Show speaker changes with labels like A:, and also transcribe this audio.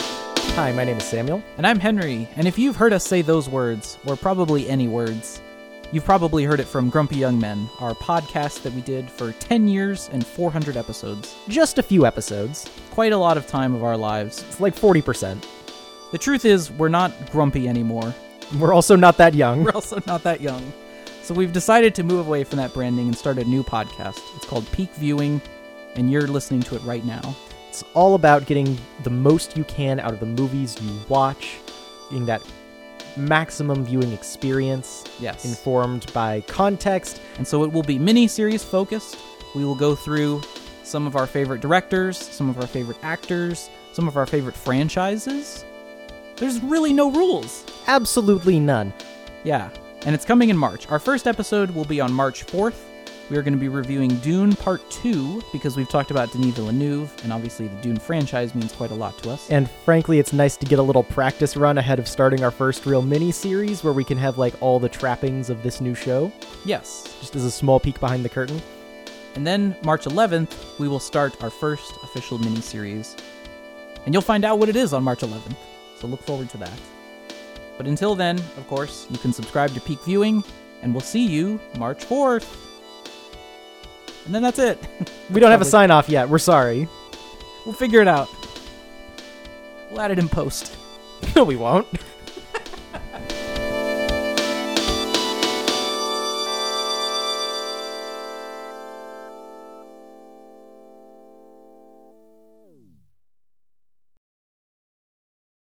A: Hi, my name is Samuel.
B: And I'm Henry, and if you've heard us say those words, or probably any words, you've probably heard it from Grumpy Young Men, our podcast that we did for 10 years and 400 episodes.
A: Just a few episodes.
B: Quite a lot of time of our lives.
A: It's like 40%.
B: The truth is, we're not grumpy anymore.
A: We're also not that young.
B: We're also not that young. So we've decided to move away from that branding and start a new podcast. It's called Peak Viewing, and you're listening to it right now.
A: It's all about getting the most you can out of the movies you watch, getting that maximum viewing experience,
B: Yes.
A: informed by context.
B: And so it will be mini series focused. We will go through some of our favorite directors, some of our favorite actors, some of our favorite franchises. There's really no rules.
A: Absolutely none.
B: Yeah. And it's coming in March. Our first episode will be on March 4th. We are going to be reviewing Dune Part 2 because we've talked about Denis Villeneuve, and obviously the Dune franchise means quite a lot to us.
A: And frankly, it's nice to get a little practice run ahead of starting our first real mini series where we can have like all the trappings of this new show,
B: Yes.
A: just as a small peek behind the curtain.
B: And then March 11th, we will start our first official miniseries. And you'll find out what it is on March 11th. So look forward to that. But until then, of course, you can subscribe to Peak Viewing, and we'll see you March 4th. And then that's it.
A: We don't have a
B: Probably-
A: sign off yet. We're sorry.
B: We'll figure it out. We'll add it in post.
A: No, we won't.